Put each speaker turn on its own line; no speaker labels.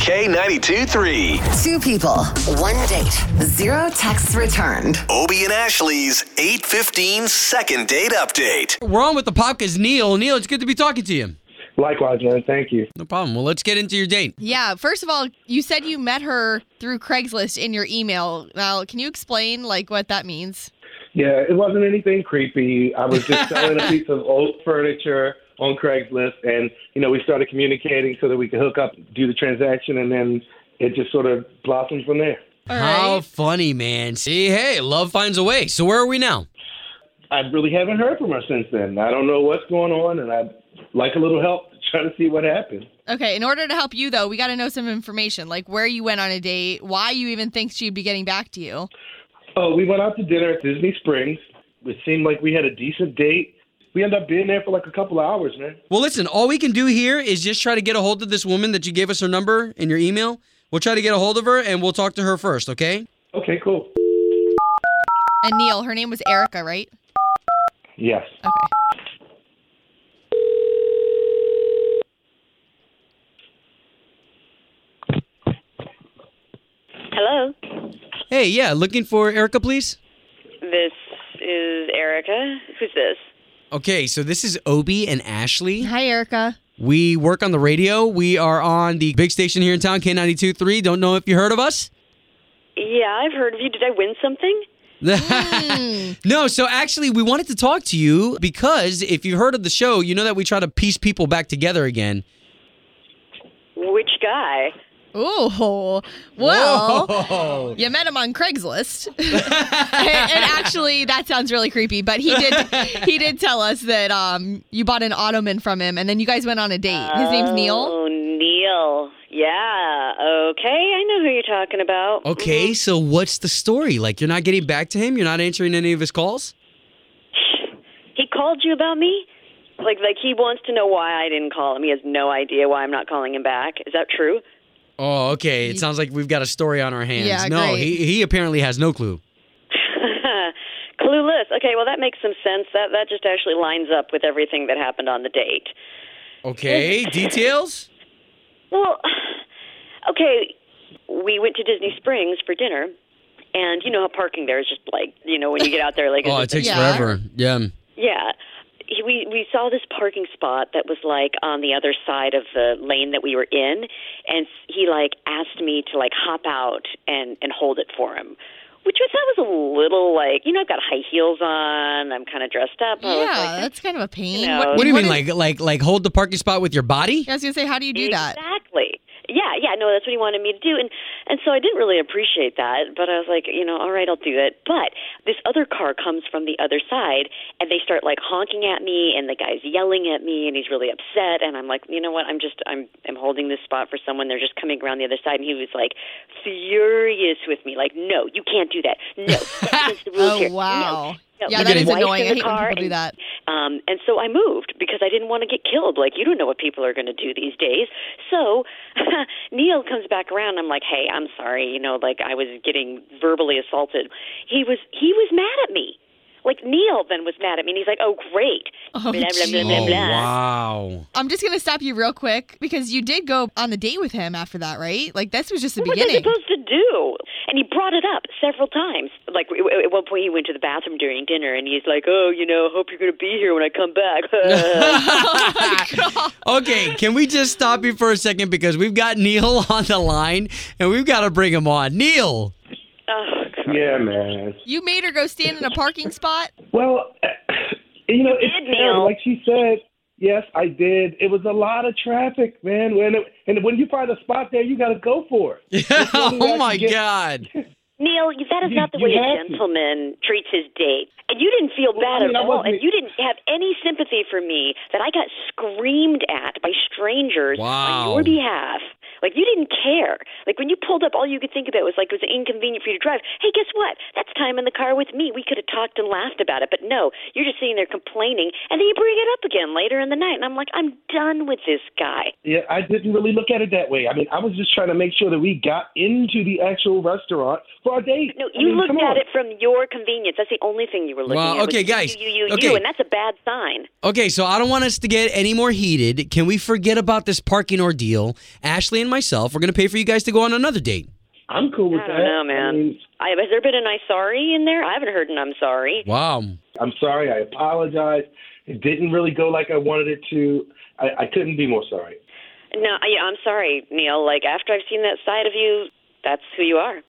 K92 3.
Two people, one date, zero texts returned.
Obie and Ashley's 815 second date update.
We're on with the Popkas, Neil. Neil, it's good to be talking to you.
Likewise, man. Thank you.
No problem. Well, let's get into your date.
Yeah. First of all, you said you met her through Craigslist in your email. Now, can you explain like what that means?
Yeah, it wasn't anything creepy. I was just selling a piece of old furniture on Craigslist, and you know, we started communicating so that we could hook up, do the transaction, and then it just sort of blossomed from there.
All
How
right.
funny, man. See, hey, love finds a way. So where are we now?
I really haven't heard from her since then. I don't know what's going on, and I'd like a little help to try to see what happened.
Okay. In order to help you though, we got to know some information, like where you went on a date, why you even think she'd be getting back to you.
Oh, we went out to dinner at Disney Springs. It seemed like we had a decent date. We ended up being there for like a couple of hours, man.
Well, listen, all we can do here is just try to get a hold of this woman that you gave us her number in your email. We'll try to get a hold of her and we'll talk to her first, okay?
Okay, cool.
And Neil, her name was Erica, right?
Yes.
Okay.
Hello.
Hey, yeah, looking for Erica, please?
This is Erica. Who's this?
Okay, so this is Obi and Ashley.
Hi, Erica.
We work on the radio. We are on the big station here in town, K92.3. Don't know if you heard of us?
Yeah, I've heard of you. Did I win something?
No, so actually, we wanted to talk to you because if you heard of the show, you know that we try to piece people back together again.
Which guy?
Ooh. Well.
Whoa.
You met him on Craigslist, and, and actually, that sounds really creepy. But he did, he did tell us that um, you bought an ottoman from him, and then you guys went on a date. His name's Neil.
Oh, Neil. Yeah. Okay, I know who you're talking about.
Mm-hmm.
Okay, so what's the story? Like, you're not getting back to him? You're not answering any of his calls?
He called you about me? Like like he wants to know why I didn't call him. He has no idea why I'm not calling him back. Is that true?
Oh, okay. It sounds like we've got a story on our hands.
Yeah,
no,
great.
he he apparently has no clue.
Clueless. Okay, well that makes some sense. That that just actually lines up with everything that happened on the date.
Okay, details?
Well, okay, we went to Disney Springs for dinner, and you know how parking there is just like you know when you get out there like
Oh, it
it's just-
takes
Yeah.
forever. Yeah.
yeah. He- We we saw this parking spot that was like on the other side of the lane that we were in, and he like asked me to like hop out and and hold it for him, which was that was a little like you know I've got high heels on, I'm kind of dressed up. I was
Yeah,
like,
that's kind of a pain.
No.
What do you mean,
is-
like, like, like, hold the parking spot with your body?
I was gonna say, how do you do that?
Exactly. Yeah, yeah, no, that's what he wanted me to do, and and so I didn't really appreciate that, but I was like, you know, all right, I'll do it. But this other car comes from the other side, and they start like honking at me, and the guy's yelling at me, and he's really upset, and I'm like, you know what, I'm just, I'm, I'm holding this spot for someone. They're just coming around the other side, and he was like furious with me, like, no, you can't do that. No, that's against the rules
Oh
here.
wow.
No, no.
Yeah,
Look
that
at
is
him.
annoying.
Wife's
I
in the
hate when
car
people do
and-
that.
Um, and so I moved because I didn't want to get killed. Like, you don't know what people are going to do these days. So Neil comes back around. I'm like, hey, I'm sorry. You know, like I was getting verbally assaulted. He was he was mad at me. Like Neil then was mad at me, and he's like, oh great.
Oh,
blah, blah, blah,
geez.
blah,
Oh,
blah.
wow.
I'm just gonna stop you real quick because you did go on the date with him after that, right? Like this was just the
What was I
beginning.
supposed to do? And he brought it up several times. Like w- w- at one point, he went to the bathroom during dinner, and he's like, "Oh, you know, hope you're going to be here when I come back."
Okay, can we just stop you for a second because we've got Neil on the line and we've got to bring him on. Neil.
oh,
Yeah, man.
You made her go stand in a parking spot.
Well, you know, it's
did,
terrible.
Neil.
Like she said, yes, I did. It was a lot of traffic, man. When it, and when you find a spot there, you got to go for it.
oh my
get-
god.
Neil, that
You-
is not the
you
way a
have to.
gentleman treats his date. And you didn't feel bad
I mean, I
at all,
wasn't-
and you didn't have any sympathy for me that I got screamed at by strangers
Wow.
on your behalf. Like you didn't care. Like when you pulled up, all you could think about was like it was inconvenient for you to drive. Hey, guess what? That's time in the car with me. We could have talked and laughed about it, but no, you're just sitting there complaining, and then you bring it up again later in the night, and I'm like, I'm done with this guy.
Yeah, I didn't really look at it that way. I mean, I was just trying to make sure that we got into the actual restaurant for our date. I
No, you
mean, come
looked
on.
at it from your convenience. That's the only thing you were looking
Well,
at. was
okay,
you,
guys,
You, you, you,
okay.
you, and that's a bad sign.
Okay, so I don't want us to get any more heated. Can we forget about this parking ordeal? Ashley and myself. We're going to pay for you guys to go on another date.
I'm cool with
I
that.
don't know, man.
I mean,
I, has there been an "I sorry" in there? I haven't heard an "I'm sorry."
Wow.
I'm sorry. I apologize. It didn't really go like I wanted it to. I, I couldn't be more sorry.
No, I, I'm sorry, Neil. Like after I've seen that side of you, that's who you are.